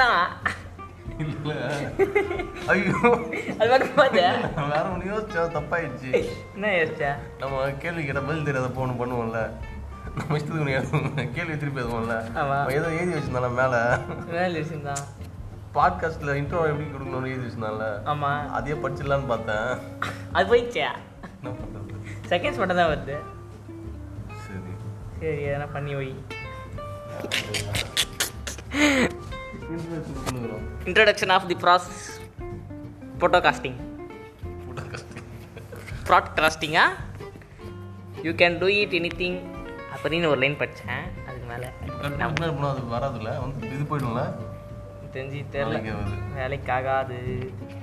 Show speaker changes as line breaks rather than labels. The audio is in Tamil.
நான்
இல்ல ஐயோ
அது மட்டும் பார்த்தியா
நான் வேற ஒன்று யோசிச்சா தப்பாயிடுச்சு
என்ன யோசிச்சா
நம்ம கேள்வி கேட்ட பதில் தெரியாத போகணும் பண்ணுவோம்ல நம்ம இஷ்டத்துக்கு நீ எழுதுவோம். கேள்வி திருப்பி எழுதுவோம்ல
ஆமா.
அவன் ஏதோ எழுதி வச்சிருந்தால மேல
வேலை விஷயம்தான்
பாட்காஸ்ட்ல இன்ட்ரோ எப்படி கொடுக்கணும்னு எழுதி வச்சிருந்தால
ஆமா
அதையே படிச்சிடலான்னு பார்த்தேன்
அது போயிடுச்சா
என்ன பண்றது
செகண்ட்ஸ் மட்டும் தான் வருது
சரி
சரி எதனா பண்ணி வை
introduction கொடுக்குறோம்.
Introduction of the process photo costing
Podcast.
ப்ராட்காஸ்டிங்கா you can do it anything அப்படின்னு ஒரு லைன் படித்தேன் அதுக்கு மேலே
Cut பண்ணா எப்படின்னா அது வராதுல்ல வந்து இது போயிடும்ல
தெரிஞ்சு தெரியல
நாளைக்கு வருது.
வேலைக்காகாது